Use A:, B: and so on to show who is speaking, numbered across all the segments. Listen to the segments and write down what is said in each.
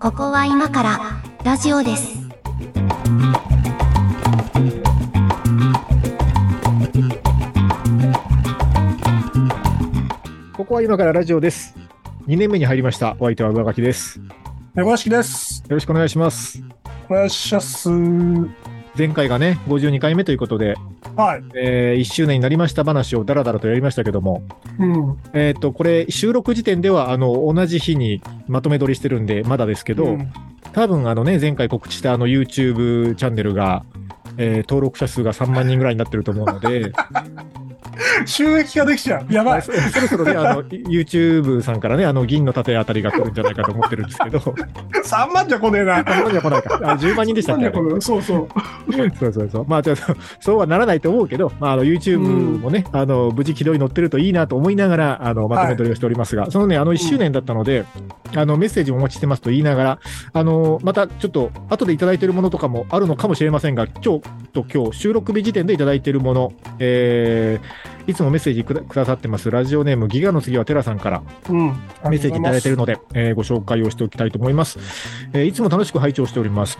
A: ここは今からラジオです。
B: ここは今からラジオです。2年目に入りました。お相手は上書きです。よ
C: 猫屋敷です。
B: ろしくお願いします。
C: お願いします。は
B: 前回がね、52回目ということで、
C: い。
B: え1周年になりました話をダラダラとやりましたけども、
C: うん。
B: えっ、と、これ、収録時点では、あの、同じ日にまとめ撮りしてるんで、まだですけど、
C: ん
B: 多分あのね、前回告知したあの YouTube チャンネルが、えー登録者数が3万人ぐらいになってると思うので、
C: 収益化できちゃう。やば い。
B: そそろそろね、あの、YouTube さんからね、あの、銀の盾あたりが来るんじゃないかと思ってるんです けど、
C: 3万じゃ来ねえな。
B: 3万人は来ないか。あ10万人でしたっ
C: 三万
B: け
C: じ
B: あ
C: ゃ
B: れ
C: 来ない。そうそう。
B: そうそうそう。まあ、ちょっと、そうはならないと思うけど、まあ、あの、YouTube もね、あの、無事軌道に乗ってるといいなと思いながら、あの、まとめ取りをしておりますが、そのね、あの、1周年だったので、あの、メッセージもお待ちしてますと言いながら、あの、また、ちょっと、後でいただいているものとかもあるのかもしれませんが、ちょっと今日、収録日時点でいただいているもの、えーいつもメッセージくだくださってます、ラジオネーム、ギガの次はテラさんから、
C: うん。
B: メッセージいただいているので、えーご紹介をしておきたいと思います、えーいつも楽しく拝聴しております。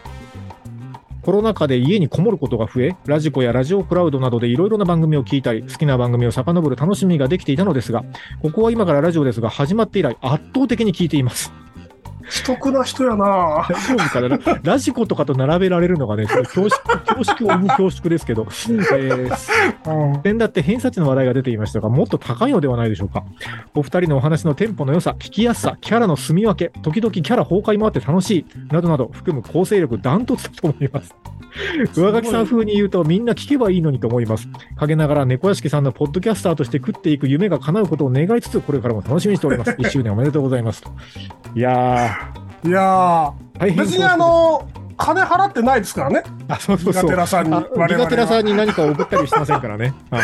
B: コロナ禍で家にこもることが増え、ラジコやラジオクラウドなどでいろいろな番組を聞いたり、好きな番組を遡る楽しみができていたのですが、ここは今からラジオですが、始まって以来圧倒的に聞いています。
C: 既得な人やな。
B: 大丈夫かなララジコとかと並べられるのがね、ちょっと恐縮、恐縮を生む恐縮ですけど、えー
C: うん。
B: 点だって偏差値の話題が出ていましたが、もっと高いのではないでしょうか。お二人のお話のテンポの良さ、聞きやすさ、キャラの住み分け、時々キャラ崩壊もあって楽しい、などなど含む構成力ダントツだと思い ます。上垣さん風に言うと、みんな聞けばいいのにと思います。陰ながら猫屋敷さんのポッドキャスターとして食っていく夢が叶うことを願いつつ、これからも楽しみにしております。1周年おめでとうございます。いや
C: いや
B: ー、大
C: ー。
B: 変
C: 別にあの、金払ってないですからね。
B: あ、そうそう
C: ガ
B: そう
C: テ。ラさんに。
B: あ
C: 我
B: リ
C: 々
B: ガテラ
C: は。
B: さんに何かを送ったりしてませんからね。 あの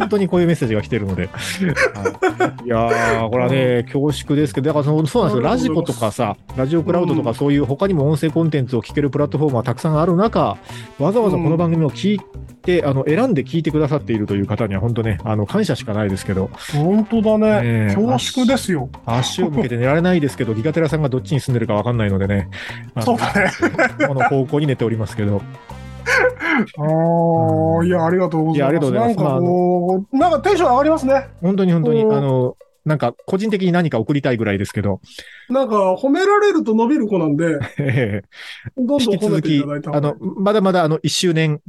B: 本当にこういうメッセージが来てるので。はい、いやー、これはね、恐縮ですけど、だからそのそうなんですよ、
C: あ
B: ラ
C: りが
B: ジ
C: とうご
B: コと
C: ざいます
B: かさ、ラジオクラウドとか、そういう他にも音声コンテンツを聞けるプラットフォームはたくさんある中、わざわざこの番組を聞いて、あの選んで聞いてくださっているという方には、本当ね、あの感謝しかないですけど、
C: 本当だね。
B: ねえ
C: 恐縮ですよ。
B: 足を向けて寝られないですけど、ギガテラさんがどっちに住んでるかわかんないので ね、あの
C: そうだね。
B: この方向に寝ておりますけど。
C: あー、いや、ありがとうございます。
B: いやありがとうございます
C: なんかこう、なんかテンション上がりますね。
B: 本当に本当に、あ
C: うん
B: の、なんか、個人的に何か送りたいぐらいですけど、
C: なんか、褒められると伸びる子なんで、
B: ええ
C: どんどん
B: 引き
C: 褒め
B: 続
C: て
B: き
C: いただい、た
B: あ
C: 方が
B: の、まだまだ、あの、1周年、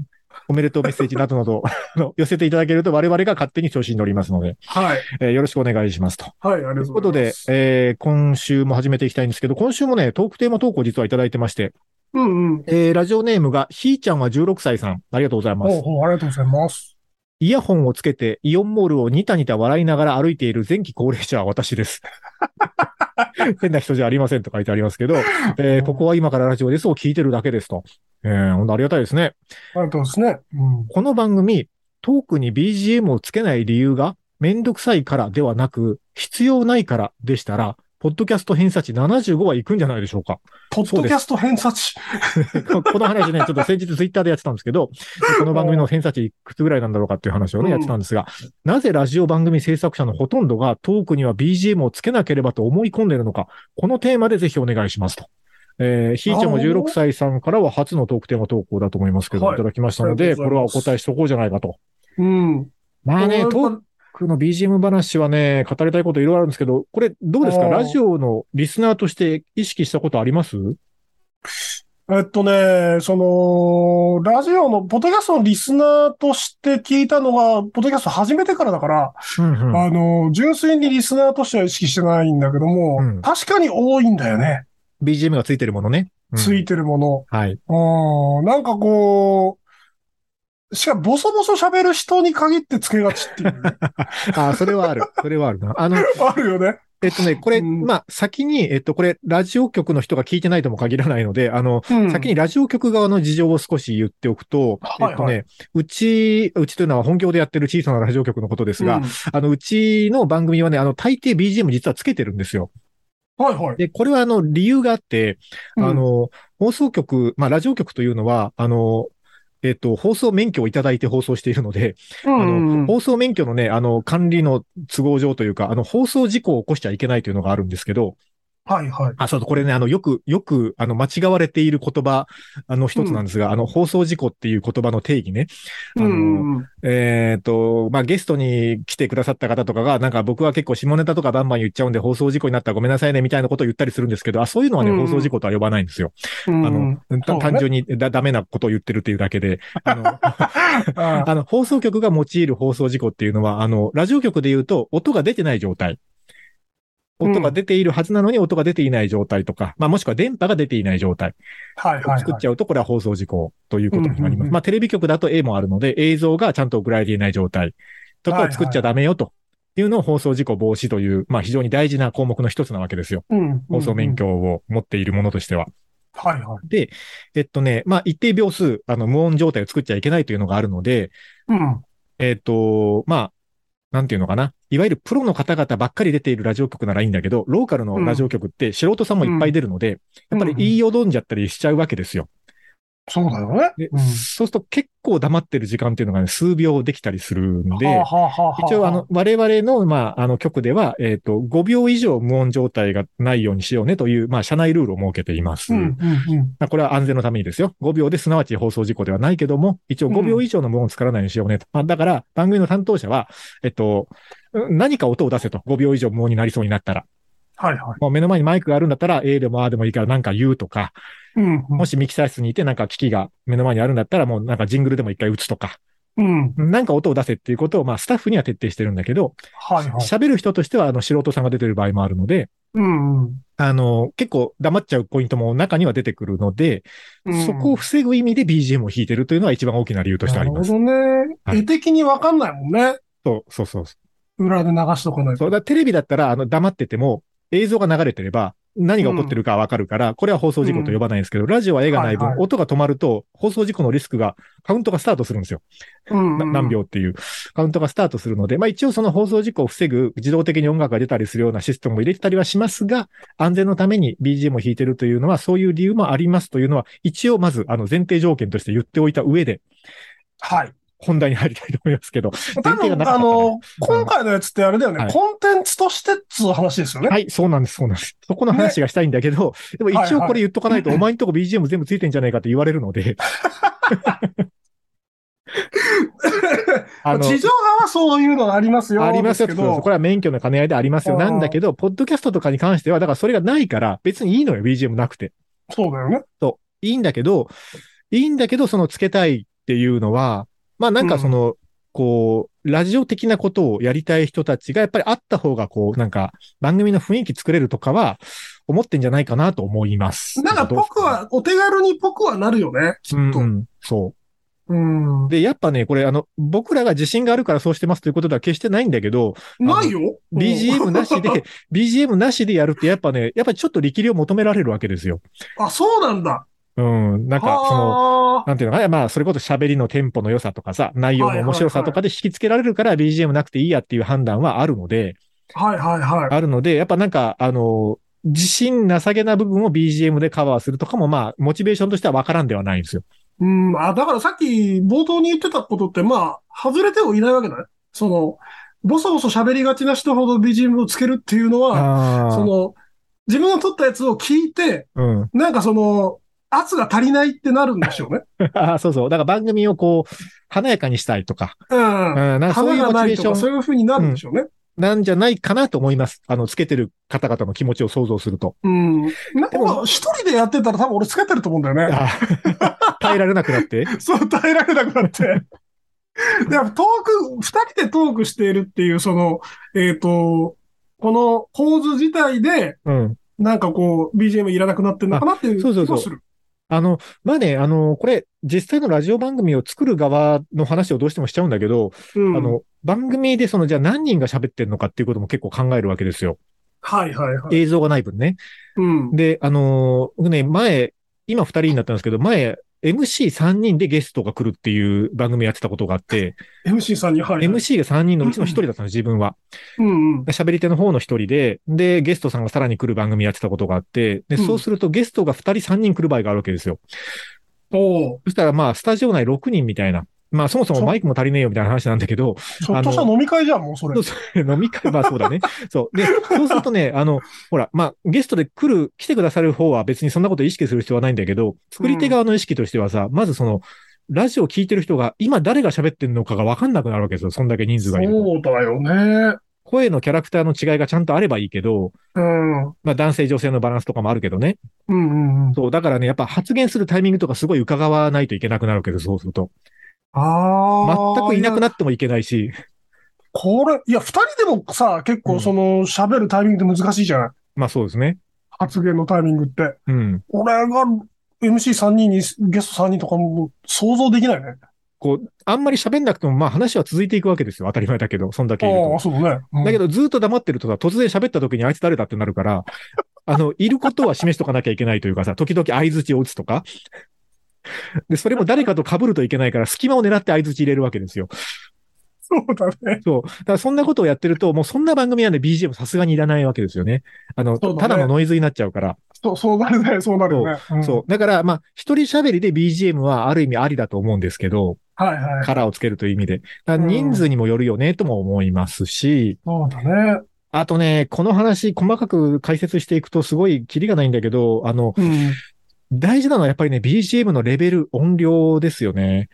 B: おめでとうメッセージなどなど、あの寄せていただけると、我々が勝手に調子に乗りますので、
C: はい。
B: えーよろしくお願いしますと。
C: はい、ありが
B: と
C: と
B: いうう
C: ご
B: こ
C: ざ
B: と
C: いま
B: で、
C: す。
B: えー今週も始めていきたいんですけど、今週もね、トークテーマ投稿実はいただいてまして、
C: うんうん。
B: えーラジオネームが、ひーちゃんは16歳さん、ありがとうございま
C: ほう
B: す。
C: ほう、ありがとうございます。
B: イヤホンをつけて、イオンモールをニタニタ笑いながら歩いている前期高齢者は私です。 変な人じゃありませんと書いてありますけど、 えーここは今からラジオですを聞いてるだけですと。えー、ほんとありがたいですね。
C: ありがとうですね。うん。
B: この番組、トークに BGM をつけない理由が、めんどくさいからではなく、必要ないからでしたら、ポッドキャスト偏差値75はいくんじゃないでしょうか。
C: ポッドキャスト偏差値。
B: ここの話ね、ちょっと先日ツイッターでやってたんですけど、この番組の偏差値いくつぐらいなんだろうかっていう話を
C: う
B: ね、
C: ん
B: やってたんですが、なぜラジオ番組制作者のほとんどがトークには BGM をつけなければと思い込んでるのか、このテーマでぜひお願いしますと。えー、ひーちゃんも
C: なるほ
B: 16
C: ど
B: 歳さんからは初のトークテーマ投稿だと思いますけど、
C: はい
B: い、ただきましたの
C: あり
B: で、
C: がと
B: こ
C: うご
B: れ
C: ざ
B: はいお
C: ます
B: 答えしとこうじゃないかと。
C: うん。
B: まあね、
C: こ
B: ト
C: れ
B: ークの BGM 話はね、語りたいこといろいろあるんですけど、これどうですか
C: あー
B: ラジオのリスナーとして意識したことあります
C: えっとね、その、ラジオの、ポッドキャストのリスナーとして聞いたのが、ポッドキャスト始めてからだから、
B: うんうん。
C: あの、純粋にリスナーとしては意識してないんだけども、
B: うん
C: 確かに多いんだよね。
B: BGM がついてるものね。うん
C: ついてるもの。
B: はい。
C: うん、なんかこう、しかもボソボソ喋る人に限ってつけがちっ ていう。
B: あ、それはあ る。それはあるな。あの、
C: あるよね。
B: えっとね、これ、
C: うん
B: まあ、先に、えっと、これ、ラジオ局の人が聞いてないとも限らないので、あの、
C: うん
B: 先にラジオ局側の事情を少し言っておくと、
C: はいはい
B: えっとね、うち、うちというのは本業でやってる小さなラジオ局のことですが、
C: うん
B: あの、うちの番組はね、あの、大抵 BGM 実はつけてるんですよ。
C: はいはい。
B: で、これはあの、理由があって、
C: うん
B: あの、放送局、まあ、ラジオ局というのは、あの、えっと、放送免許をいただいて放送しているので、あ
C: うん
B: の、。放送免許のね、あの、管理の都合上というか、あの、放送事故を起こしちゃいけないというのがあるんですけど、
C: はいはい。
B: あ、そうそうこれね、あの、よく、よく、あの、間違われている言葉、あの、一つなんですが、あの、放送事故っていう言葉の定義ね。あ
C: う
B: の
C: んうん。
B: えっ、と、まあ、ゲストに来てくださった方とかが、なんか僕は結構下ネタとかバンバン言っちゃうんで、放送事故になったらごめんなさいね、みたいなことを言ったりするんですけど、あ、そういうのはね、
C: うん
B: 放送事故とは呼ばないんですよ。あ
C: あ
B: の、、た
C: そうね
B: 単純にだダメなことを言ってるっていうだけ で、あの、
C: あ
B: あの、放送局が用いる放送事故っていうのは、あの、ラジオ局で言うと、音が出てない状態。
C: うん
B: 音が出ているはずなのに音が出ていない状態とか、まあもしくは電波が出ていない状態
C: はいはい
B: を
C: はい。
B: 作っちゃうと、これは放送事故ということになり
C: うん
B: ま
C: うんう
B: す。
C: ん
B: まあテレビ局だと A もあるので、映像がちゃんと送られていない状態とかを作っちゃダメよというのを放送事故防止という、まあ非常に大事な項目の一つなわけですよ。
C: うん
B: 放送免。許を持っているものとしては。
C: はいはい。
B: で、えっとね、まあ一定秒数、あの無音状態を作っちゃいけないというのがあるので、
C: うん。
B: えっ、と、まあ、なんていうのかな。いわゆるプロの方々ばっかり出ているラジオ局ならいいんだけど、ローカルのラジオ局って素人さんもいっぱい出るので、
C: うん
B: やっぱり言いよどんじゃったりしちゃうわけですよ。
C: そうだよね。
B: で
C: うん
B: そうすると結構黙ってる時間っていうのがね、数秒できたりするんで、
C: はあはあはあはあ
B: 一応あの、、我々の、まあ、あの局では、えっ、と、5秒以上無音状態がないようにしようねという、まあ、社内ルールを設けています。
C: うんうんうん。
B: まあこれは安全のためにですよ。5秒で、すなわち放送事故ではないけども、一応5秒以上の無音を作らないようにしようねと。まあ、だから、番組の担当者は、えっと、うん何か音を出せと。5秒以上無音になりそうになったら。
C: はいはい。
B: もう目の前にマイクがあるんだったら、A でも A でもいいから何か言うとか、
C: うんうん。
B: もしミキサー室にいてなんか機器が目の前にあるんだったら、もうなんかジングルでも一回打つとか、
C: うん。
B: 何か音を出せっていうことを、まあ、スタッフには徹底してるんだけど、
C: はいはい。
B: 喋る人としては、あの、素人さんが出てる場合もあるので、
C: うんうん。
B: あの、結構黙っちゃうポイントも中には出てくるので、
C: うん
B: そこを防ぐ意味で BGM を弾いてるというのは一番大きな理由としてあります。
C: な
B: は
C: るほどね。
B: い
C: 絵的にわかんないもんね。
B: そうそうそうそ。
C: 裏で流しとかないうと。
B: そうだからテレビだったら、あの、黙ってても、映像が流れてれば、何が起こってるかわかるから、これは放送事故と呼ばないんですけど、ラジオは絵がない分、
C: はいはい
B: 音が止まると、放送事故のリスクが、カウントがスタートするんですよ。
C: うん
B: な何秒っていう、カウントがスタートするので、まあ一応その放送事故を防ぐ、自動的に音楽が出たりするようなシステムも入れてたりはしますが、安全のために BGM を弾いてるというのは、そういう理由もありますというのは、一応まず、あの、前提条件として言っておいた上で、
C: はい。
B: 本題に入りたいと思いますけど、
C: 多
B: 前提がな
C: 分、
B: かったか
C: あ
B: ら
C: の、今回のやつってあれだよね
B: は。い
C: コンテンツとしてっつう話ですよね。
B: はい、そうなんです、そうなんです。そこの話がしたいんだけど、でも
C: はい
B: 一応
C: はい
B: これ言っとかないと、お前んとこ BGM 全部ついてんじゃないかって言われるの で、あの、
C: 地上波はそういうのがありますよ。
B: ありますよ
C: で
B: って
C: け
B: ことです
C: ど
B: こ。れは免許の兼ね合いでありますよ。
C: あー
B: なんだけど、ポッドキャストとかに関しては、だからそれがないから、別にいいのよ、BGM なくて。
C: そうだよね。
B: いいんだけど、いいんだけど、そのつけたいっていうのは、まあなんかその、こう、ラジオ的なことをやりたい人たちが、やっぱりあった方が、こう、なんか、番組の雰囲気作れるとかは、思ってんじゃないかなと思います。
C: なんか僕は、お手軽に僕はなるよね。
B: うんうん、そ
C: うん
B: う。。で、やっぱね、これ、あの、僕らが自信があるからそうしてますということでは決してないんだけど、
C: ないよ。うん
B: BGM なしで、BGM なしでやるって、やっぱね、やっぱちょっと力量求められるわけですよ。
C: あ、そうなんだ。
B: うん、なんか、その、
C: はあ
B: なんていうのかな、まあ、それこそ喋りのテンポの良さとかさ、内容の面白さとかで引き付けられるから、BGM なくていいやっていう判断はあるので、
C: はいはいはい。
B: あるので、やっぱなんか、あの、自信なさげな部分を BGM でカバーするとかも、まあ、モチベーションとしてはわからんではないんですよ。
C: うん。あ、だからさっき冒頭に言ってたことって、まあ、外れてもいないわけだね。その、ボソボソ喋りがちな人ほど BGM をつけるっていうのは、
B: あ
C: その、自分の撮ったやつを聞いて、
B: うん。
C: なんかその、圧が足りないってなるんでしょうね。
B: あーそうそう。だから番組をこう、華やかにしたいとか、
C: うん
B: うん、。なんかそう
C: 花
B: いう
C: が
B: モチ
C: な
B: ベ
C: い
B: ーシ
C: とか、そ
B: ョン
C: ういう風になるんでしょうね。
B: なんじゃないかなと思います。あの、つけてる方々の気持ちを想像すると。
C: うん。なん
B: でも
C: か、一人でやってたら多分俺つけてると思うんだよね。
B: あー 耐えられなくなって。
C: そう、耐えられなく なって。で、トーク、二人でトークしているっていう、その、えっ、と、この構図自体で、
B: うん。
C: なんかこう、BGM いらなくなってるのかなっていう気
B: そうそうそう
C: もする。
B: あの、まあね、あの、これ、実際のラジオ番組を作る側の話をどうしてもしちゃうんだけど、
C: うん
B: あの、番組でその、じゃあ何人が喋ってるのかっていうことも結構考えるわけですよ。
C: はいはいはい。
B: 映像がない分ね。
C: うん。
B: で、あの、僕ね、前、今二人になったんですけど、前、MC3 人でゲストが来るっていう番組やってたことがあって、
C: MC さんに、はい、はい。
B: MC が3人のうちの1人だったの、自分は。
C: うんうん。
B: 喋り手の方の1人で、で、ゲストさんがさらに来る番組やってたことがあって、で、
C: うん
B: そうするとゲストが2人3人来る場合があるわけですよ。
C: おう
B: そしたら、まあ、スタジオ内6人みたいな。まあ、そもそもマイクも足りねえよみたいな話なんだけ ど、
C: ちょっとした飲み会じゃん、もうそれ。
B: そうそう飲み会、まあそうだね。そう。で、そうするとね、あの、ほら、まあ、ゲストで来る、来てくださる方は別にそんなこと意識する必要はないんだけど、作り手側の意識としてはさ、まずその、ラジオ聞いてる人が今誰が喋ってるのかがわかんなくなるわけですよ。そんだけ人数がいると。
C: そうだよね。
B: 声のキャラクターの違いがちゃんとあればいいけど、
C: うん。うん
B: まあ男性女性のバランスとかもあるけどね。
C: うんうん。
B: そう、だからね、やっぱ発言するタイミングとかすごい伺わないといけなくなるわけど、そうすると。
C: ああ。
B: 全くいなく
C: や
B: なってもいけないし、
C: これ、いや、二人でもさ、結
B: う
C: 構
B: ん
C: その、喋るタイミングって難しいじゃない
B: まあそうですね。
C: 発言のタイミングって。
B: うん。
C: 俺が MC3 人に、ゲスト3人とかも想像できないね。
B: こう、あんまり喋んなくても、まあ話は続いていくわけですよ。当たり前だけど、そんだけいる
C: ああ、
B: と。
C: そうだね。うん
B: だけど、ずっと黙ってるとさ、突然喋った時にあいつ誰だってなるから、あの、いることは示しとかなきゃいけないというかさ、時々相槌を打つとか。で、それも誰かと被るといけないから、隙間を狙って相槌入れるわけですよ。
C: そうだね。
B: そう。だからそんなことをやってると、もうそんな番組なんで BGM さすがにいらないわけですよね。あの、
C: そうだね
B: ただのノイズになっちゃうから。
C: そう、そうなるね。そうなるよね。うん
B: そう。だから、まあ、一人喋りで BGM はある意味ありだと思うんですけど、
C: はいはい。
B: カラーをつけるという意味で。だから人数にもよるよね、とも思いますし、
C: そうだね。
B: あとね、この話、細かく解説していくとすごいキリがないんだけど、あの、
C: うん。
B: 大事なのはやっぱりね、BGM のレベル、音量ですよね。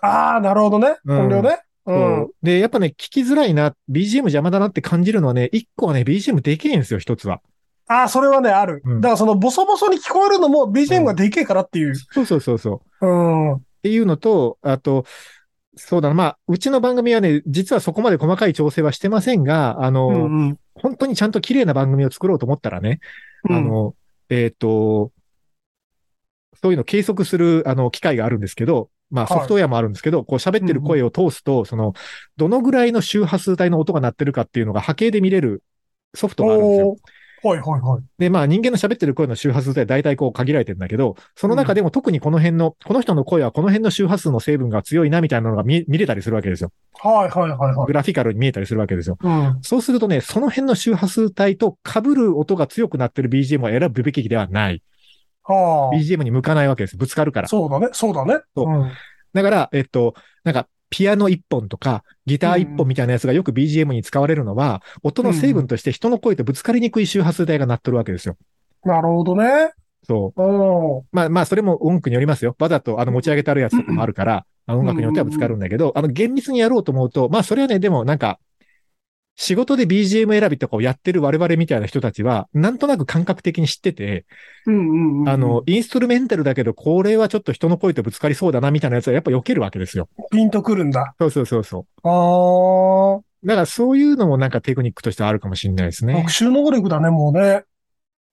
C: ああ、なるほどね。
B: うん
C: 音量ね。う
B: そ
C: ん。
B: うで、やっぱね、聞きづらいな、BGM 邪魔だなって感じるのはね、一個はね、BGM でけえんですよ、一つは。
C: ああ、それはね、ある。
B: うん
C: だからその、ボソボソに聞こえるのも
B: う
C: BGM
B: ん
C: がでけえからっていう。
B: そうそうそうそう。っ
C: うん。
B: ていうのと、あと、そうだな、まあ、うちの番組はね、実はそこまで細かい調整はしてませんが、あの、
C: うんうん。
B: 本当にちゃんと綺麗な番組を作ろうと思ったらね、あの、えっ、と、そういうのを計測する、あの、機械があるんですけど、まあ、
C: はい
B: ソフトウェアもあるんですけど、こう喋ってる声を通すと、その、どのぐらいの周波数帯の音が鳴ってるかっていうのが波形で見れるソフトがあるんですよ。
C: おーはいはいはい。
B: で、まあ、人間の喋ってる声の周波数帯は大体こう限られてるんだけど、その中でも特にこの辺の、この人の声はこの辺の周波数の成分が強いなみたいなのが見見れたりするわけですよ。
C: はいはいはいはい。
B: グラフィカルに見えたりするわけですよ。
C: うん。
B: そうするとね、その辺の周波数帯と被る音が強くなってる BGM を選ぶべきではない。
C: は
B: BGM に向かないわけです。ぶつかるか
C: あ。
B: ら。
C: そうだね。そうだね。
B: そうんだから、えっと、なんか、ピアノ一本とか、ギター一本みたいなやつがよく BGM に使われるのは、音の成分として人の声とぶつかりにくい周波数帯が鳴っとるわけですよ。
C: なるほどね。
B: そう。
C: うん。
B: まあまあ、それも音楽によりますよ。わざとあの持ち上げてあるやつとかもあるから、あの音楽によってはぶつかるんだけど、あの厳密にやろうと思うと、まあそれはね、でもなんか、仕事で BGM 選びとかをやってる我々みたいな人たちは、なんとなく感覚的に知ってて、
C: うんうんうん。
B: あの、、インストゥルメンタルだけど、これはちょっと人の声とぶつかりそうだなみたいなやつはやっぱ避けるわけですよ。
C: ピンとくるんだ。
B: そうそうそうそ
C: ああ。
B: う。だからそういうのもなんかテクニックとしてあるかもしれないですね
C: 特。殊能力だね、もうね。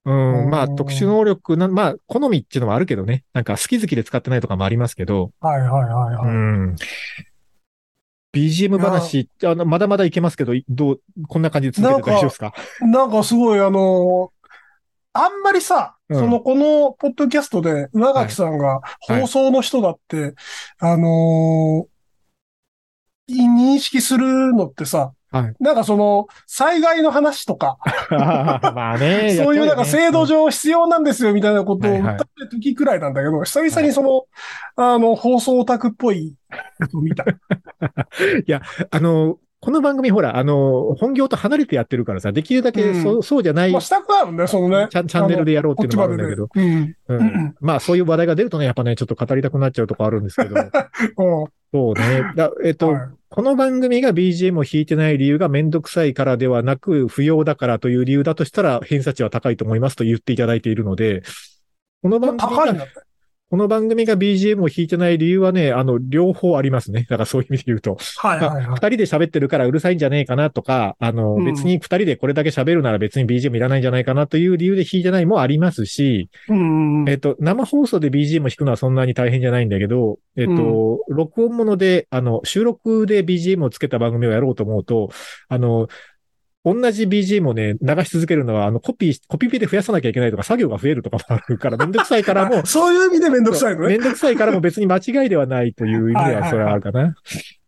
B: うん。ま
C: う
B: あ
C: ん
B: 特殊能力な、まあ好みっていうのはあるけどね。なんか好き好きで使ってないとかもありますけど。
C: はいはいはいうはい。
B: ん。BGM 話、あの、まだまだいけますけど、いどう、こんな感じで続けて大丈夫ですか
C: なんかすごい、あのーあんまりさ、
B: うん
C: その、この、ポッドキャストで、上垣さんが
B: い
C: 放送の人だって、あのーい認識するのってさ、
B: はい
C: なんかその、災害の話とか、
B: ま あね。
C: そうい
B: やっ
C: うなん
B: ちゃ
C: か
B: ね
C: 制度。上必要なんですよみたいなことを
B: はい
C: 歌
B: はい
C: ってる時くらいなんだけど、久々にその、あの、放送オタクっぽいことを見た。
B: あの、この番組ほら、あの、本業と離れてやってるからさ、できるだけそう、そうじゃない、
C: まあ、したくなるね、そのね。
B: チャンチャンネルでやろうって
C: こ
B: い
C: っ
B: う
C: ち
B: のもあ
C: ま
B: るん
C: でで
B: だけど。。
C: うん。
B: う、
C: うん
B: まあそういう話題が出るとね、やっぱね、ちょっと語りたくなっちゃうとこあるんです けど。
C: ん。うん
B: そう ね。だえっと、
C: はい
B: この番組が BGM を弾いてない理由がめんどくさいからではなく、不要だからという理由だとしたら、偏差値は高いと思いますと言っていただいているので、この番組
C: 高いん
B: が、
C: だって。
B: この番組が BGM を弾いてない理由はね、あの、両方ありますね。だからそういう意味で言うと。
C: はいはい
B: 二
C: はい。
B: 人で喋ってるからうるさいんじゃねえかなとか、あの、
C: うん
B: 別に二人でこれだけ喋るなら別に BGM いらないんじゃないかなという理由で弾いてないもありますし、
C: うんうんう
B: え
C: ん。
B: っと、生放送で BGM 弾くのはそんなに大変じゃないんだけど、えっと、録音もので、あの、収録で BGM をつけた番組をやろうと思うと、あの、同じ BGM をね、流し続けるのは、あの、コピー、コピペで増やさなきゃいけないとか、作業が増えるとかもあるから、めんどくさいから も
C: あ、そういう意味でめんどくさいの
B: め
C: ね。
B: んどくさいからも別に間違いではないという意味では、それはあるかな。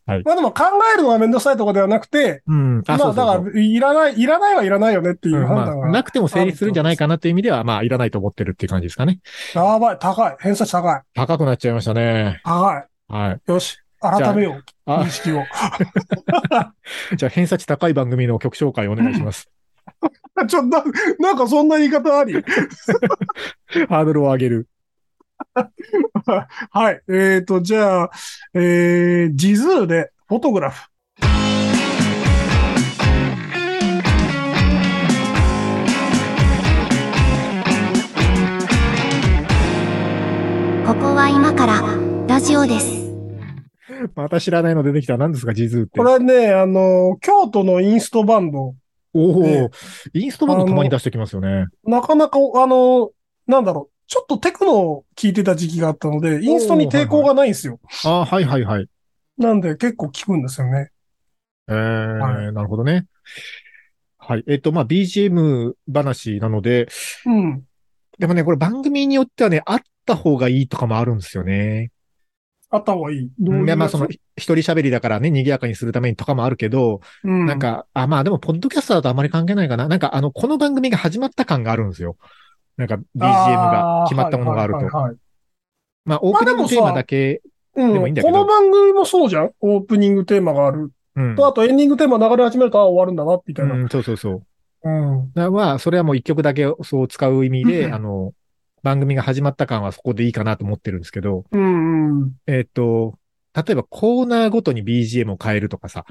B: はい
C: まあでも考えるのがめんどくさいとかではなくて、
B: うん。
C: ま
B: あ、
C: あ
B: そうそうそう
C: だから、いらない、いらないはいらないよねっていううん判
B: まあ、
C: 断が。
B: なくても成立するんじゃないかなっていう意味では、まあ、いらないと思ってるっていう感じですかね。
C: やばい、高い。偏差値高い。
B: 高くなっちゃいましたね。
C: 高い。
B: はい。
C: よし。改めよう。
B: あ
C: 認、識を。
B: じゃあ、偏差値高い番組の曲紹介お願いします。
C: ちょっと、ななんかそんな言い方あり
B: ハードルを上げる。
C: はい。えーと、じゃあ、えー、ジズーで、フォトグラフ。
A: ここは今からラジオです。
B: また知らないの出てきた。何ですか、ジズーって
C: こ。れね、あの、京都のインストバンド。
B: お
C: ね
B: お、インストバンドたまに出してきますよね。
C: なかなか、あの、なんだろう。ちょっとテクノを聞いてた時期があったので、インストに抵抗がないんですよ。
B: ああ、はいはいはい。
C: なんで結構聞くんですよね。
B: えーなるほどね。はい。えっ、と、まあ、BGM 話なので、
C: うん。
B: でもね、これ番組によってはね、あった方がいいとかもあるんですよね。
C: あった方がいい。どう
B: う
C: いうん
B: いや、まあ、
C: やつ
B: その、、ひ一人喋りだからね、賑やかにするためにとかもあるけど、
C: うん。
B: なんか、あ、まあでも、ポッドキャストだとあまり関係ないかな。なんか、あの、この番組が始まった感があるんですよ。なんか、BGM が決まったものがあると。
C: はいはいはいはい
B: まあ、オープニングテーマだけ、
C: うん、
B: でもいいんだけど
C: この番組もそうじゃんオープニングテーマがある。
B: うん
C: と、あとエンディングテーマ流れ始めると、あ、終わるんだな、みたいな。
B: うん、そうそうそう。
C: うん。
B: だまあ、それはもう一曲だけをそう使う意味
C: うん
B: で、あの、番組が始まった感はそこでいいかなと思ってるんですけど、
C: うん、うん。
B: えっ、と、例えばコーナーごとに BGM を変えるとかさ、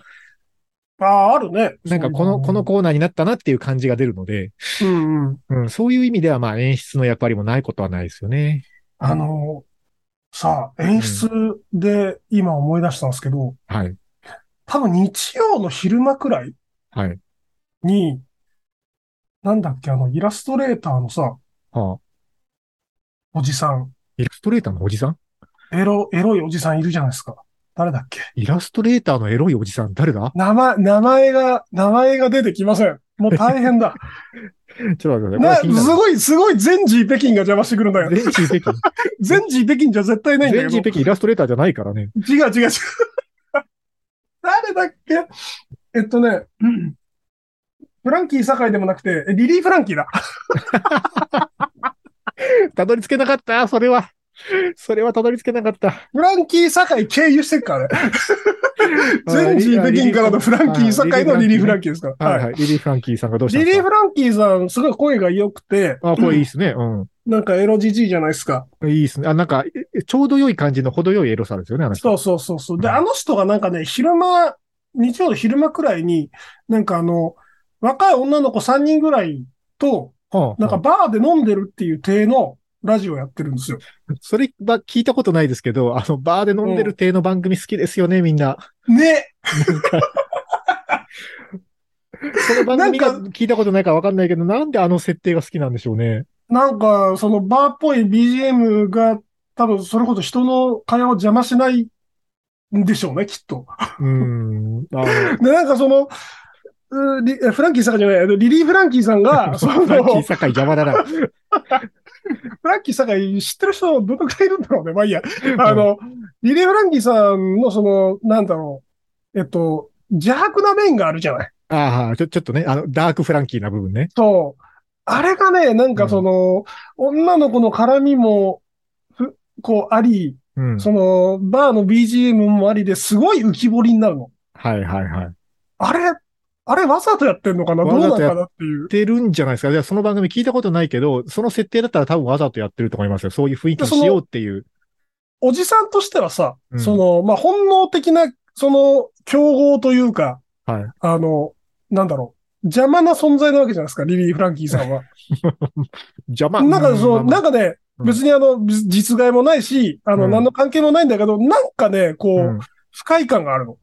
C: ああ、あるね。
B: なんかこの、このコーナーになったなっていう感じが出るので、
C: そういうの。うんうん。
B: うん、そういう意味ではまあ演出の役割もないことはないですよね。
C: あのーさあ、演出で今思い出したんですけど、
B: はい。
C: 多分日曜の昼間くらい
B: はい。
C: に、なんだっけ、あの、イラストレーターのさ、
B: はあ、
C: おじさん、
B: イラストレーターのおじさん
C: エロ、エロいおじさんいるじゃないですか。誰だっけ。
B: イラストレーターのエロいおじさん誰だ
C: 名前、名前が、名前が出てきません。もう大変だ。
B: ちょっと待ってくだ
C: な、
B: さ
C: す
B: い。これ気になる
C: ごい、すごい、全ジー北京が邪魔してくるんだ よ。
B: 全治北京。
C: 全ジー北京じゃ絶対ないんだ
B: 全治
C: け
B: 北
C: ど。
B: 京イラストレーターじゃないからね。
C: 違う違う違う。誰だっけえっとね、うんフランキー堺でもなくて、えリリー・フランキーだ。
B: たどり着けなかった、それは。それはたどり着けなかった。
C: フランキー堺経由してる からね。全治北京からのフランキー堺のリリー・フランキーですから。
B: はい
C: はい
B: はい。リリー・フランキーさんがどうしたん
C: リ
B: で
C: リ
B: す
C: ー・
B: か
C: フランキーさん、すごい声が良くて、
B: あ、これいいですね。う
C: なんかエロじじいじゃないですか。
B: ん。いいですね。あ、なんか、えちょうど良い感じの程よいエロさですよね、あの人
C: そうそうそうそう。で、
B: うん
C: あの人がなんかね、昼間、日曜の昼間くらいに、なんかあの、若い女の子3人ぐらいと、
B: はあ
C: なんか
B: は
C: バーで飲んでるっていう体のラジオやってるんですよ。
B: あそれは聞いたことないですけど、あの、バーで飲んでる体の番組好きですよね、みんな。
C: ね
B: その番組
C: な
B: が聞いたことないからわかんないけど、なんであの設定が好きなんでしょうね。
C: なんか、そのバーっぽい BGM が、多分それほど人の会話を邪魔しないんでしょうね、きっと。
B: うーん。あ の、
C: で、なんかその、うーリえフランキーさんじゃない、あのリリー・フランキーさんが、 その、
B: フ
C: フ
B: ラ
C: ラ
B: ンキー堺邪魔 だな。
C: ンキーさんが知ってる人どのくらいいるんだろうね。まあいいや。あの、リリー・フランキーさんのその、なんだろう、えっと、邪悪な面があるじゃない。
B: ああ、ちょ、ちょっとね、あの、ダークフランキーな部分ね。
C: そう。あれがね、なんかその、女の子の絡みも、ふこうあり、
B: うん。
C: その、バーの BGM もありですごい浮き彫りになるの。
B: はいはいはい。
C: あれ、あれわざとやってんのかなど
B: わ
C: うな
B: ざ
C: の
B: とや
C: か
B: っ
C: なっていう
B: やっ。てるんじゃないですか。じゃあその番組聞いたことないけど、その設定だったら多分わざとやってると思いますよ。そういう雰囲気にしようっていう。
C: おじさんとしてはさ、
B: うん
C: その、まあ、本能的な、その、競合というか、
B: はい
C: あの、なんだろう、邪魔な存在なわけじゃないですか、リリー・フランキーさ んは。
B: 邪魔。
C: なんか、そうの、なんかね、
B: うん
C: 別にあの、じ実害もないし、あの、
B: うん
C: 何の関係もないんだけど、なんかね、こう、
B: うん
C: 不快感があるの。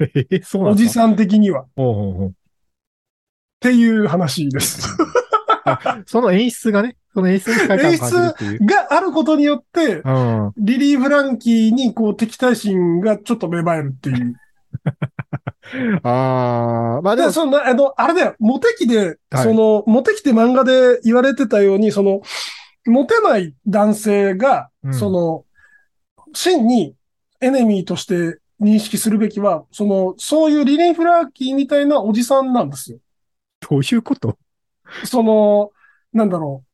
B: ええそうな
C: お
B: んで
C: じ
B: すか
C: さん的には。っ
B: ほうほうほう
C: ていう話です。
B: その演出がね、その演出に変えたを感じるっていう。
C: があることによって、
B: うん。
C: リリー・フランキーに、こう、敵対心がちょっと芽生えるっていう。
B: ああ、まあで
C: で、
B: も、
C: その、あの、あれだよ、モテ期で、
B: はい
C: その、モテ期って漫画で言われてたように、その、モテない男性が、
B: うん
C: その、真にエネミーとして認識するべきは、その、そういうリレン・フラッキーみたいなおじさんなんですよ。
B: どういうこと
C: その、なんだろう。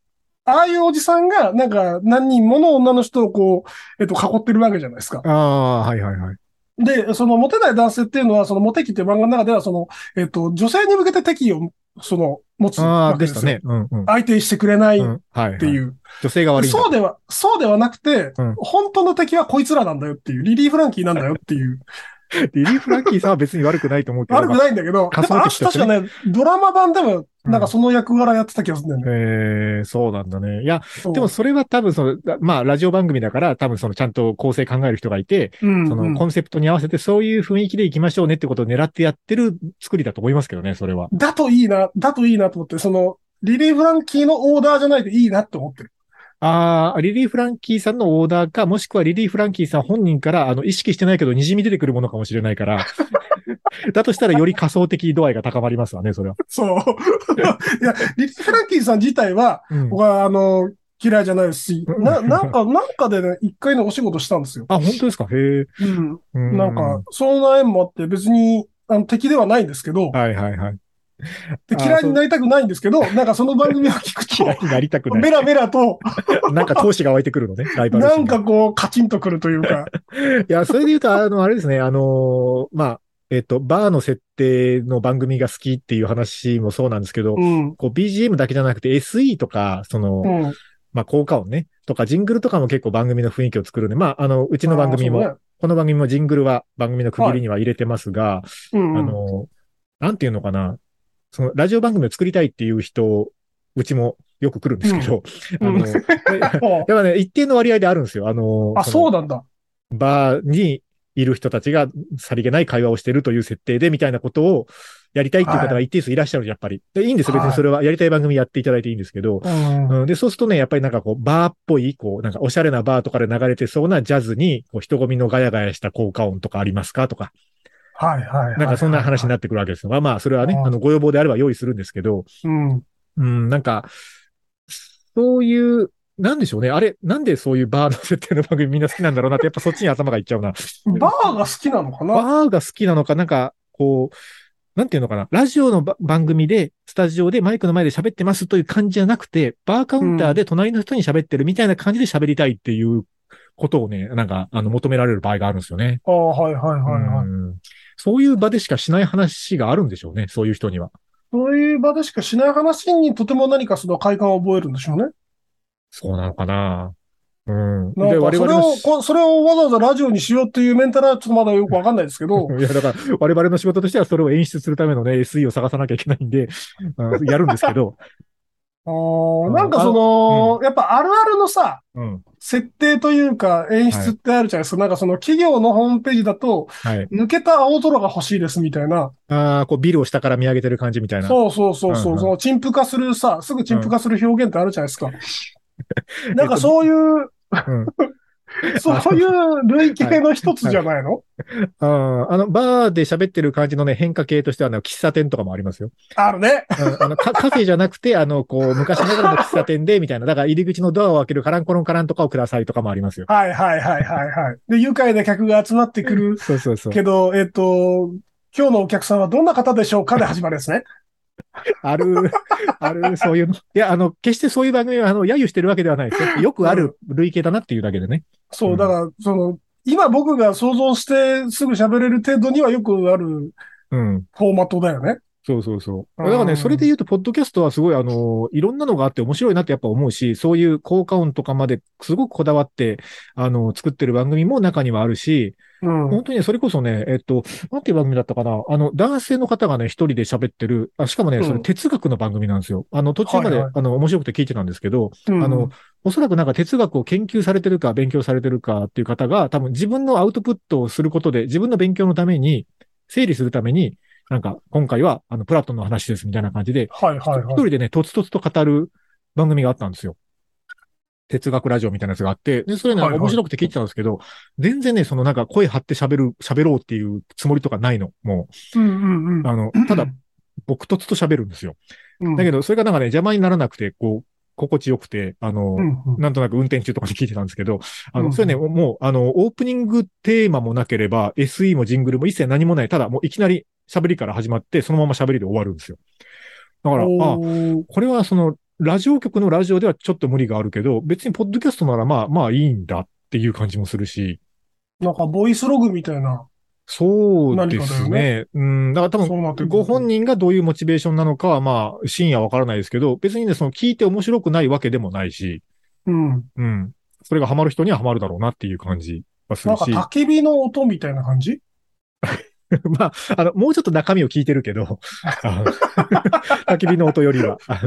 C: ああいうおじさんが、なんか、何人もの女の人をこう、えっと、囲ってるわけじゃないですか。
B: ああ、はいはいはい。
C: で、その、モテない男性っていうのは、その、モテ期って漫画の中では、その、えっと、女性に向けて敵意を、その、持つ
B: あ
C: わ
B: あ、
C: け
B: で
C: で
B: し
C: す
B: た
C: よ。
B: ね。うんうん。
C: 相手してくれないっ
B: うんはいはい
C: ていう。
B: 女性が悪いんだ。
C: そうでは、そうではなくて、
B: うん
C: 本当の敵はこいつらなんだよっていう、リリー・フランキーなんだよっていう、
B: リリー・フランキーさんは別に悪くないと思うけど。
C: 悪くないんだけど、で
B: 仮
C: も
B: 想
C: あの
B: 敵
C: 人
B: として
C: 確
B: ね
C: かね、ドラマ版でも、なんかその役柄やってた気がするんだよね。
B: えー、そうなんだね。いや、
C: そう
B: でも、それは多分その、だまあ、ラジオ番組だから、多分その、ちゃんと構成考える人がいて、
C: うん、
B: そ
C: うん
B: の、コンセプトに合わせて、そういう雰囲気で行きましょうねってことを狙ってやってる作りだと思いますけどね、それは。
C: だといいな、だといいなと思って、その、リリー・フランキーのオーダーじゃないといいなって思ってる。
B: ああ、リリー・フランキーさんのオーダーか、もしくはリリー・フランキーさん本人から、あの、意識してないけど、滲み出てくるものかもしれない から。だとしたら、より仮想的度合いが高まりますわね、それは。
C: そう。いや、リリー・フランキーさん自体は、
B: うん
C: 僕は、あの、嫌いじゃないですし、
B: うん
C: な、なんか、なんかでね、一回のお仕事したんですよ。
B: あ、本当ですかへえ。
C: うん。
B: う
C: なんか、そんな縁もあって、別に、あの、敵ではないんですけど、
B: はいはいはい。
C: で
B: あ
C: 嫌いになりたくないんですけど、なんかその番組を聞く
B: 嫌い
C: と、
B: になりたくな
C: メ
B: い。
C: ラメラと、
B: なんか闘志が湧いてくるのね、ライバル
C: な
B: 心
C: んかこう、カチンとくるというか、
B: いや、それで言うと、あの、あれですね、あのまあ、えっと、バーの設定の番組が好きっていう話もそうなんですけど、
C: うん。
B: こう BGM だけじゃなくて SE とか、その、
C: うん。
B: まあ、効果音ね、とかジングルとかも結構番組の雰囲気を作るんで、まあ、あの、うちの番組も、
C: あー
B: この番組もジングルは番組の区切りには入れてますが、
C: そうねうん
B: あの、なんていうのかな、その、ラジオ番組を作りたいっていう人、うちもよく来るんですけど、
C: うん
B: あの、
C: う
B: やっ
C: うん
B: ぱね、一定の割合であるんですよ。あの、
C: あ、
B: の
C: そうなんだ。
B: バーにいる人たちがさりげない会話をしてるという設定でみたいなことをやりたいっていう方が一定数いらっしゃるじゃん、やっぱり。で、いいんですよ。別にそれはやりたい番組やっていただいていいんですけど。
C: うん。
B: うん、で、そうするとね、やっぱりなんかこう、バーっぽい、こう、なんかおしゃれなバーとかで流れてそうなジャズに、こう、人混みのガヤガヤした効果音とかありますかとか、
C: はいはいはい。
B: なんかそんな話になってくるわけですよ。まあまあ、それはね、
C: あー
B: あの、ご要望であれば用意するんですけど、
C: うん。
B: うん、なんか、そういう、なんでしょうね。あれ、なんでそういうバーの設定の番組みんな好きなんだろうなって、やっぱそっちに頭がいっちゃうな。
C: バーが好きなのかな
B: バーが好きなのか、なんか、こう、なんていうのかな、ラジオのば番組で、スタジオでマイクの前で喋ってますという感じじゃなくて、バーカウンターで隣の人に喋ってるみたいな感じで喋りたいっていうことをね、なんか、あの、求められる場合があるんですよね。
C: ああ、はいはいはいは
B: う
C: い。
B: んそういう場でしかしない話があるんでしょうね、そういう人には。
C: そういう場でしかしない話にとても何かその快感を覚えるんでしょうね。
B: そうなのかなうん。
C: なん
B: で、
C: か
B: 我
C: そ
B: 々
C: れ
B: の
C: を、こそれをわざわざラジオにしようっていうメンタルはちょっとまだよくわかんないですけど、
B: いや、だから、我々の仕事としてはそれを演出するためのね、SE を探さなきゃいけないんで、うんやるんですけど。
C: あーなんかその、やっぱあるあるのさ、
B: うん。
C: 設定というか演出ってあるじゃないですか。なんかその企業のホームページだと、
B: はい。
C: 抜けた青空が欲しいですみたいな。
B: ああ、こうビルを下から見上げてる感じみたいな。
C: そうそうそうそう。
B: うんうん
C: その陳腐化するさ、すぐ陳腐化する表現ってあるじゃないですか。なん
B: えっと
C: かそういう、
B: うん。
C: そういう類型の一つじゃないの、
B: あーあの、バーで喋ってる感じのね、変化系としては、あの、喫茶店とかもあり ますよ。
C: あるね。
B: うんあの、カカフェじゃなくて、あの、こ う、昔ながらの喫茶店で、みたいな。だから、入り口のドアを開けるカランコロンカランとかをくださいとかもありますよ。
C: はいはいはいはいはい。で、愉快な客が集まってくる
B: そうそうそう。
C: けど、えっ、と、今日のお客さんはどんな方でしょうかで始まるですね。
B: ある、 ある、そういうの。いや、あの、決してそういう番組は、あの、揶揄してるわけではないですよ。よくある類型だなっていうだけでね。
C: そう、だから、その、今僕が想像してすぐ喋れる程度にはよくある
B: うん。
C: フォーマットだよね。
B: そうそうそう。
C: うん
B: だからね、それで言うと、ポッドキャストはすごい、あの、いろんなのがあって面白いなってやっぱ思うし、そういう効果音とかまですごくこだわって、あの、作ってる番組も中にはあるし、
C: うん。
B: 本当にね、それこそね、えっと、なんていう番組だったかな、あの、男性の方がね、一人で喋ってる、あしかもね、
C: うん
B: それ哲学の番組なんですよ。あの、途中まで、
C: はいはい
B: あの、面白くて聞いてたんですけど、
C: うん
B: あの、、おそらくなんか哲学を研究されてるか勉強されてるかっていう方が、多分自分のアウトプットをすることで、自分の勉強のために、整理するために、なんか今回はあのプラトンの話ですみたいな感じで、
C: はいはい
B: 一
C: はい。
B: 人でね、とつとつと語る番組があったんですよ。哲学ラジオみたいなやつがあって、で、それね、
C: はいはい
B: 面白くて聞いてたんですけど、全然ね、そのなんか声張って喋る、喋ろうっていうつもりとかないの、も
C: うんうん
B: う。あの、ただ、僕とつと喋るんですよ。
C: うん。
B: だけど、それがなんかね、邪魔にならなくて、こう、心地よくて、あの、
C: うんうん
B: なんとなく運転中とかに聞いてたんですけど、あ
C: うん
B: の、それね、もう、あの、オープニングテーマもなければ、SE もジングルも一切何もない、ただもういきなり喋りから始まって、そのまま喋りで終わるんですよ。だから、あ、
C: おー
B: これはその、ラジオ局のラジオではちょっと無理があるけど、別にポッドキャストならまあ、まあいいんだっていう感じもするし、
C: なんかボイスログみたいな。
B: そうですね。うん。だから多分、
C: そうなってくる
B: ご本人がどういうモチベーションなのかは、まあ、深夜わからないですけど、別にね、その聞いて面白くないわけでもないし、
C: うん。
B: うん。それがハマる人にはハマるだろうなっていう感じはす
C: な
B: る
C: んか
B: し、
C: 焚き火の音みたいな感じ
B: まあ、あの、もうちょっと中身を聞いてるけど、あ の 焚き火の音よりは、あ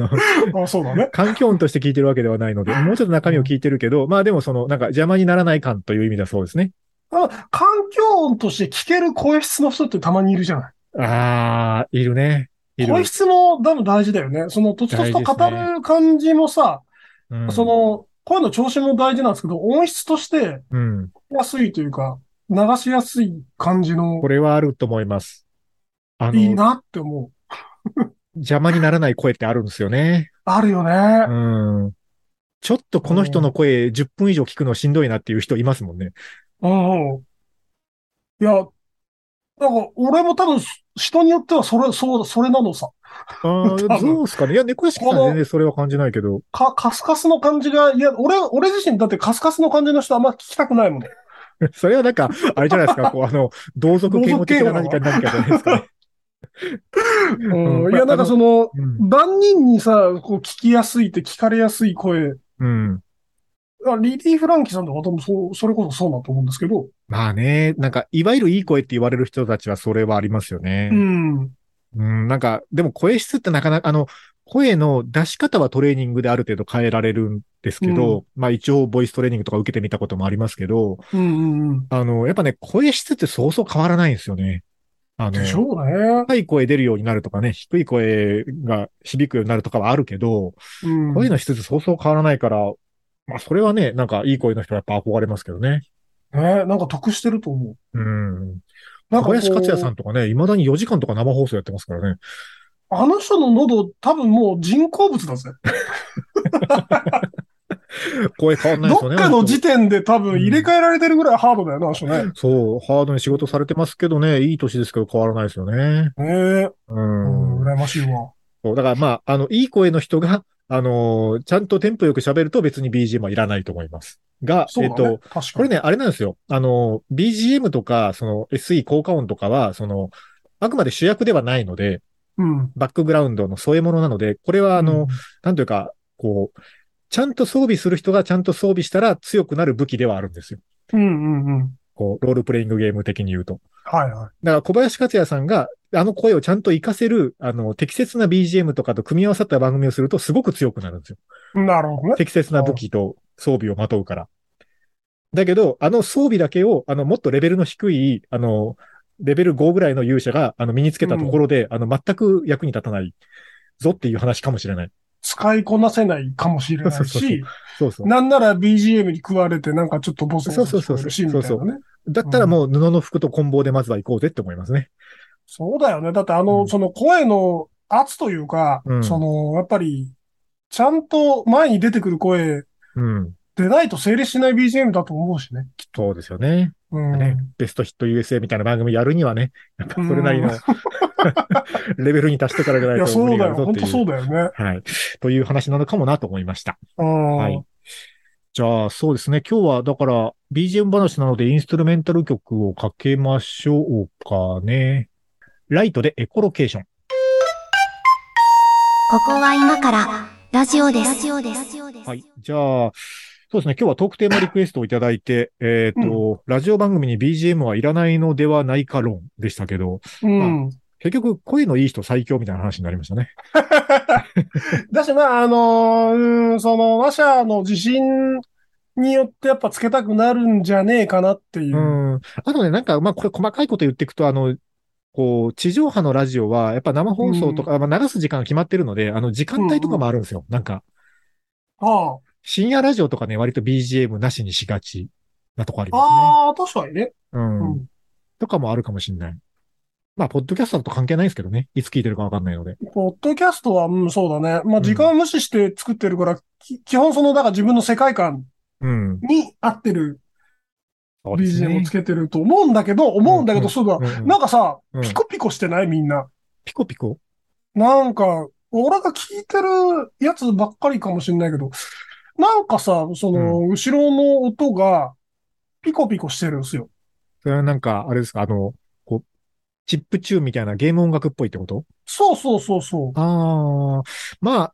B: の、
C: あ、そうだね。
B: 環境音として聞いてるわけではない ので、もうちょっと中身を聞いてるけど、まあでもその、なんか邪魔にならない感という意味だそうですね。
C: あ環境音として聞ける声質の人ってたまにいるじゃな
B: あー、いるね。い
C: い。
B: る。
C: 声質も多分大事だよね。その、とつとつと語
B: 大事です
C: る感じもさ、
B: うん
C: そ、の、声の調子も大事なんですけど、音質として
B: うん。
C: 安いというか、流しやすい感じの
B: こ、れはあると思います。あ
C: いい
B: の、
C: なって思う。
B: 邪魔にならない声ってあるんですよね。
C: あるよね。
B: うん。ちょっとこの人の声10分以上聞くのしんどいなっていう人いますもんね。
C: うんうん。いや、なんか、俺も多分、人によってはそれ、そう、それなのさ。
B: ああ、そうですかね。いや、猫屋敷さんは全然それは感じないけど。
C: か、カスカスの感じが、いや、俺、俺自身だってカスカスの感じの人あんま聞きたくないもん。
B: それはなんか、あれじゃないですか。こう、あの、同族嫌悪的な何か何かじゃないですかね。ん
C: うんいや、なんかその、
B: うん
C: 万人にさ、こう聞きやすいって聞かれやすい声。
B: うん。
C: あリリー・フランキーさんとか多分そう、それこそそうだと思うんですけど。
B: まあね、なんか、いわゆるいい声って言われる人たちはそれはありますよね
C: う。ん。
B: うん、なんか、でも声質ってなかなか、あの、声の出し方はトレーニングである程度変えられるんですけど、まあ一応ボイストレーニングとか受けてみたこともありますけど、
C: うんうんうん。
B: あの、やっぱね、声質ってそうそう変わらないんですよね。あの
C: で、しょうね。
B: 高い声出るようになるとかね、低い声が響くようになるとかはあるけど、
C: うん。
B: 声の質ってそうそう変わらないから、まあそれはね、なんかいい声の人はやっぱ憧れますけどね。
C: ね、なんか得してると思う。
B: うん。小
C: なんかこう
B: 林克也さんとかね、未だに4時間とか生放送やってますからね。
C: あの人の喉、多分もう人工物だぜ。
B: 声変わんないですよ
C: どっ
B: ね。
C: かの時点で多分入れ替えられてるぐらいハードだよな、あの人ね。
B: そう、ハードに仕事されてますけどね、いい年ですけど変わらないですよね。
C: ねえ。
B: う
C: うん、
B: ん。
C: 羨ましいわ。
B: そうだからまあ、あの、いい声の人が、あのーちゃんとテンポよく喋ると別に BGM はいらないと思います。が、
C: そう
B: え
C: だ
B: っ
C: ね。
B: と、
C: 確かに。
B: これね、あれなんですよ。あのー BGM とか、その SE 効果音とかは、その、あくまで主役ではないので、
C: うん。
B: バックグラウンドの添え物なので、これはあの、なんというか、こう、ちゃんと装備する人がちゃんと装備したら強くなる武器ではあるんですよ。
C: うん、うんうんうん。
B: こう、ロールプレイングゲーム的に言うと。
C: はいはい。
B: だから小林克也さんが、あの声をちゃんと活かせる、あの、適切な BGM とかと組み合わさった番組をするとすごく強くなるんですよ。
C: なるほどね。
B: 適切な武器と装備をまとうから。だけど、あの装備だけを、あの、もっとレベルの低い、あの、レベル5ぐらいの勇者が、あの、身につけたところで、あの、全く役に立たないぞっていう話かもしれない。
C: 使いこなせないかもしれ な
B: そ
C: いう
B: そうそう
C: し、
B: そうそう。
C: なんなら BGM に食われてなんかちょっとボソボソ
B: そうそ
C: 聞
B: う
C: こえ
B: そ
C: る
B: う
C: し、みたいなね。
B: だったらもう布の服と棍棒でまずは行こうぜって思いますね。
C: そうだよね。だってあ
B: う
C: の、
B: ん
C: その声の圧というか
B: う、ん
C: その、やっぱり、ちゃんと前に出てくる声
B: うん。
C: でないと成立しない BGM だと思うしね。
B: そうですよね。
C: うん。
B: ね、ベストヒット USA みたいな番組やるにはね、やっぱそれなりの
C: うん
B: レベルに達してからぐら
C: い
B: い
C: や、
B: と
C: そ
B: 無
C: う
B: 理
C: だ
B: があるぞ
C: よ。本
B: って
C: 当
B: いう。
C: そうだよね。
B: はい。という話なのかもなと思いました。
C: うん。
B: はい。じゃあ、そうですね。今日は、だから、BGM 話なので、インストゥルメンタル曲をかけましょうかね。ライトでエコロケーション。
A: ここは今からラジオです。ラジオです。
B: はい。じゃあ、そうですね。今日はトークテーマリクエストをいただいて、えっと、ラジオ番組に BGM はいらないのではないか論でしたけど、
C: うん。
B: 結局、声のいい人最強みたいな話になりましたね。
C: だし、まあ、あのーうんその、話者の自信によってやっぱつけたくなるんじゃねえかなっていうう。
B: ん。あとね、なんか、まあ、これ細かいこと言っていくと、あの、こう、地上波のラジオは、やっぱ生放送とか、まあ、流す時間が決まってるので、あの、時間帯とかもあるんですよ。なんか、
C: あ
B: 深夜ラジオとかね、割と BGM なしにしがちなとこあり
C: あ、
B: ま
C: ああ、確かに
B: す
C: ね。
B: ね。うん。
C: うん
B: とかもあるかもしれない。まあ、ポッドキャストだと関係ないですけどね。いつ聞いてるかわかんないので。
C: ポッドキャストは、うん、そうだね。まあ、時間無視して作ってるから、き基本その、だから自分の世界観
B: うん。
C: に合ってる
B: そうです
C: BGM を
B: ね
C: つ。けてると思うんだけど、思うんだけど、そうだ、
B: うんうん
C: なんかさ、
B: うん
C: ピコピコしてないみんな。
B: ピコピコ
C: なんか、俺が聞いてるやつばっかりかもしれないけど、なんかさ、その、後ろの音が、ピコピコしてるんですよ。
B: それはなんか、あれですか、あの、こう、チップチューンみたいなゲーム音楽っぽいってこと
C: そうそうそうそう。
B: ああ、まあ、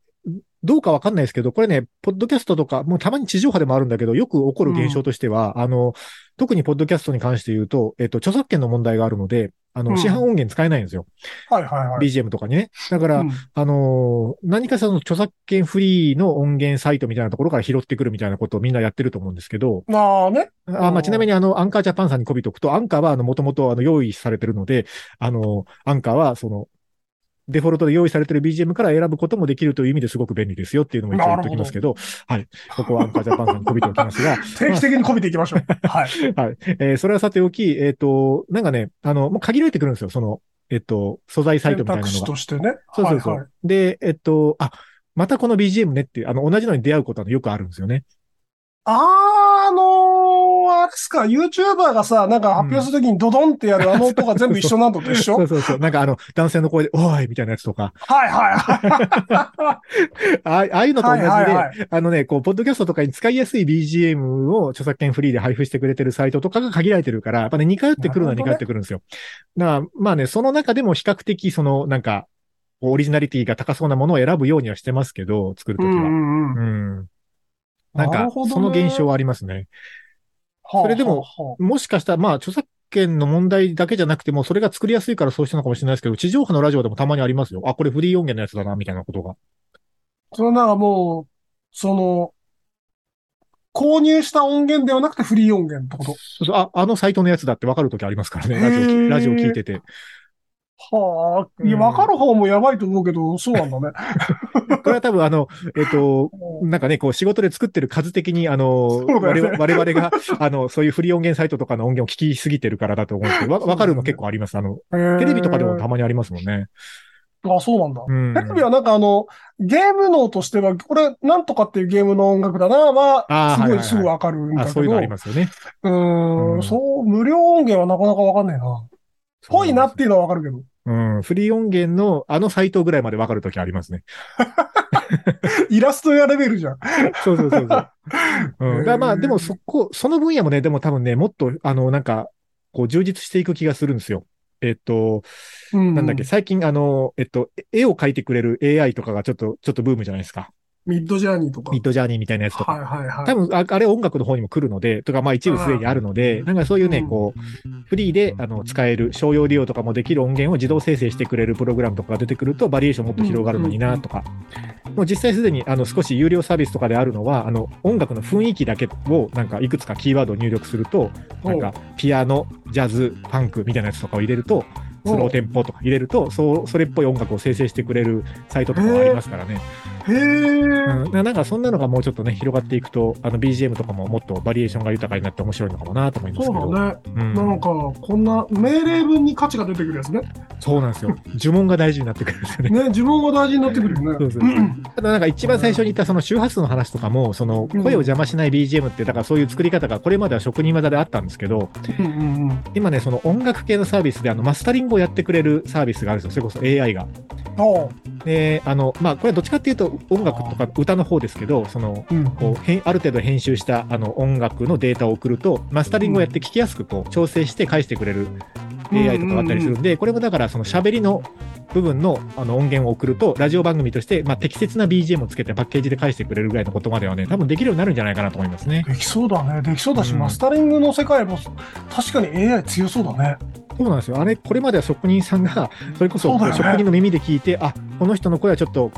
B: どうかわかんないですけど、これね、ポッドキャストとか、もうたまに地上波でもあるんだけど、よく起こる現象としては、あの、特にポッドキャストに関して言うと、えっと、著作権の問題があるので、あ
C: う
B: の、
C: ん
B: 市販音源使えないんですよ。
C: はいはいはい。
B: BGM とかにね。だから、
C: うん
B: あのー何かしらの著作権フリーの音源サイトみたいなところから拾ってくるみたいなことをみんなやってると思うんですけど、
C: まあね。
B: あ
C: う
B: ま
C: ん
B: あ、ちなみにあの、アンカージャパンさんにこびとくと、アンカーはあの、もともとあの、用意されてるので、あの、アンカーはその、デフォルトで用意されてる BGM から選ぶこともできるという意味ですごく便利ですよっていうのも一応言っておきますけど、はい。ここはアンカージャパンさんにこびておきます が、
C: 定期的にこびていきましょ う。はい。
B: はい。えーそれはさておき、えっ、と、なんかね、あの、もう限られてくるんですよ、その、えっ、と、素材サイト
C: 選
B: みたいな
C: 択
B: の
C: 肢
B: が。
C: としてね。
B: そうそうそう。
C: はいはい
B: で、えっと、あ、またこの BGM ねっていう、あの、同じのに出会うことはよくあるんですよね。
C: あー、あのー、あれっすか、YouTuber がさ、なんか発表するときにドドンってやるあの音が全部一緒なんとでしょ
B: そうそうそう。なんかあの、男性の声で、おーいみたいなやつとか、
C: はいはいは
B: ああああいうのと
C: い。
B: 同
C: は
B: じ
C: い
B: で、
C: はいはい。
B: あのね、こう、ポッドキャストとかに使いやすい BGM を著作権フリーで配布してくれてるサイトとかが限られてるから、やっぱね、似通ってくるのは
C: なる
B: 似通
C: ほどね
B: ってくるんですよ。だから、まあね、その中でも比較的、その、なんか、こうオリジナリティが高そうなものを選ぶようにはしてますけど、作ると
C: う
B: き
C: ん
B: は。
C: うんうん。
B: うん。なん
C: な
B: か
C: るほ、どね
B: その現象はありますね。それでも
C: は
B: もしかしたら、まあ、著作権の問題だけじゃなくても、それが作りやすいからそうしたのかもしれないですけど、地上波のラジオでもたまにありますよ。あ、これフリー音源のやつだな、みたいなことが。
C: あはあそれなんかもう、その、購入した音源ではなくてフリー音源ってこ
B: そうそうあ、あのサイトのやつだって分かるときありますからね。ラジオ
C: へー
B: 聞、ラジオ聞いてて。
C: と。はあ、いや、
B: うん
C: わかる方もやばいと思うけど、そうなんだね。
B: これは多分、あ の、えっ、と、なんかね、こう仕事で作ってる数的に、あの、
C: そうだよね
B: 我々我々が、 あの、そういうフリー音源サイトとかの音源を聞きすぎてるからだと思うん ですけど、わ分かるの結構あります。あの、 テ
C: テ
B: レビとかでもたまにありますもんね。
C: あ、そうなんだ。
B: うん。
C: テレビはなんかあの、ゲーム脳としては、これなんとかっていうゲームの音楽だな
B: あ
C: は、
B: ー
C: す
B: はいはい
C: ごい
B: はい
C: すぐわかるんだ
B: あ、
C: け
B: そういう
C: ど、
B: のあり
C: う
B: ますよね。
C: ー、
B: うんん
C: そう、無料音源はなかなかわかんねえな。ぽいなっていうのはわかるけど。
B: うん。フリー音源のあのサイトぐらいまで分かるときあります ね。
C: イラストやレベルじゃん。
B: そう そうそうそう。うん、だからま
C: へ
B: あ、
C: ー
B: でもそこ、その分野もね、でも多分ね、もっと、あの、なんか、こう、充実していく気がするんですよ。えっと、
C: うん。
B: なんだっけ、最近、あの、えっと、え絵を描いてくれる AI とかがちょっと、ちょっとブームじゃないですか。
C: ミッドジャーニーとか。
B: ミッドジャーニーみたいなやつと
C: はい
B: か。
C: はいはい。
B: 多分、ああれ音楽の方にも来るので、とか、まあ一部すでにあるので、なんかそういうね、
C: うん
B: こう、フリーで、あの、使える、商用利用とかもできる音源を自動生成してくれるプログラムとかが出てくると、バリエーションもっと広がるのにな、とか。もう実際すでに、あの、少し有料サービスとかであるのは、あの、音楽の雰囲気だけを、なんか、いくつかキーワードを入力すると、なんか、ピアノ、ジャズ、パンクみたいなやつとかを入れると、スローテンポとか入れると、そう、それっぽい音楽を生成してくれるサイトとかもありますからね。
C: へえ。
B: うん、ななんかそんなのがもうちょっとね、広がっていくと、あの BGM とかももっとバリエーションが豊かになって面白いのかもなと思います
C: そ
B: け
C: う
B: ど。
C: だね。
B: うん
C: なんか、こんな命令文に価値が出てくるやつね。
B: そうなんですよ。呪文が大事になってくるんですよ ね。
C: ね、自分が大事になってくるよ
B: そ
C: ね。
B: うそうただなんか一番最初に言ったその周波数の話とかも、その声を邪魔しない BGM って、だからそういう作り方がこれまでは職人技であったんですけど、
C: うんうんうん。
B: 今ね、その音楽系のサービスであのマスタリングをやってくれるサービスがあるんですよ。それこそ AI が。
C: あ
B: で、あの、まあこれはどっちかっていうと音楽とか歌の方ですけど、その、
C: あ。うん。
B: こう、へんある程度編集したあの音楽のデータを送ると、マスタリングをやって聞きやすくこう調整して返してくれる AI とかがあったりするんで、これもだからその喋りの部分のあの音源を送ると、ラジオ番組として、まあ、適切な BGM をつけてパッケージで返してくれるぐらいのことまではね、多分できるようになるんじゃないかなと思いますね。
C: できそうだね。できそうだし、
B: うん
C: マスタリングの世界も確かに AI 強そうだね。
B: そうなんですよ。あれ、これまでは職人さんが、それこそ
C: そうだよね
B: 職人の耳で聞いて、あ、この人の声はちょっと、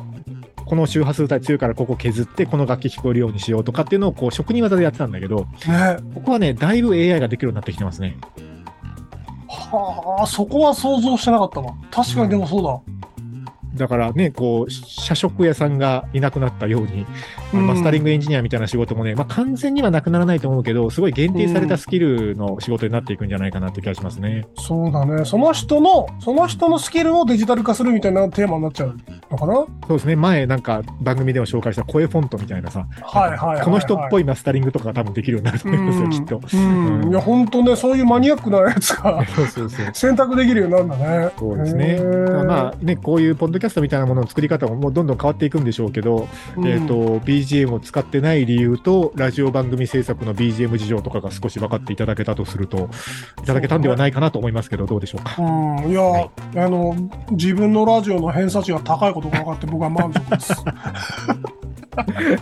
B: この周波数帯強いからここ削って、この楽器聞こえるようにしようとかっていうのをこう職人技でやってたんだけど、
C: ね。
B: ここはね、だいぶ AI ができるようになってきてますね。
C: はあ、そこは想像してなかったわ。確かにでもそうだ。
B: だからね、こう、社食屋さんがいなくなったように、
C: うん
B: マスタリングエンジニアみたいな仕事もね、まあ、完全にはなくならないと思うけど、すごい限定されたスキルの仕事になっていくんじゃないかなって気がしますね。
C: そうだね。その人の、その人のスキルをデジタル化するみたいなテーマになっちゃうのかなは
B: そうですね、前なんか番組でも紹介した声フォントみたいなさ、
C: いはいはい、はい。
B: この人っぽ
C: い。
B: いマスタリングとかが多分できるようになると
C: う
B: 思いますよ、
C: ん、
B: きっと。
C: うん。いや、本当ね、そういうマニアックなやつが
B: そうそうそう。
C: 選択できるようになるんだね。
B: そうですね。
C: へ
B: だか
C: ー
B: らまあね、こういうポッドキャストみたいなものの作り方ももうどんどん変わっていくんでしょうけど、
C: うん
B: えっ、と、BGM を使ってない理由と、ラジオ番組制作の BGM 事情とかが少し分かっていただけたとすると、いただけたんではないかなと思いますけど、どうでしょうか。
C: うん、いや、
B: はい
C: あの、自分のラジオの偏差値が高いことが分かって、僕は満足 です。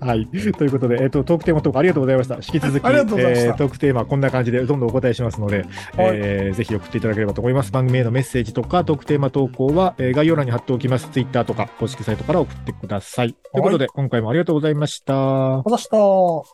B: はい。ということで、えっ、と、トークテーマトークありがとうございました。引き続き、
C: ありがとうございました
B: えートークテーマこんな感じでどんどんお答えしますので、えーぜひ送っていただければと思います。番組へのメッセージとか、トークテーマ投稿は、えー概要欄に貼っておきます。Twitter とか公式サイトから送ってください。ということで、今回もありがとうございました。
C: 私と、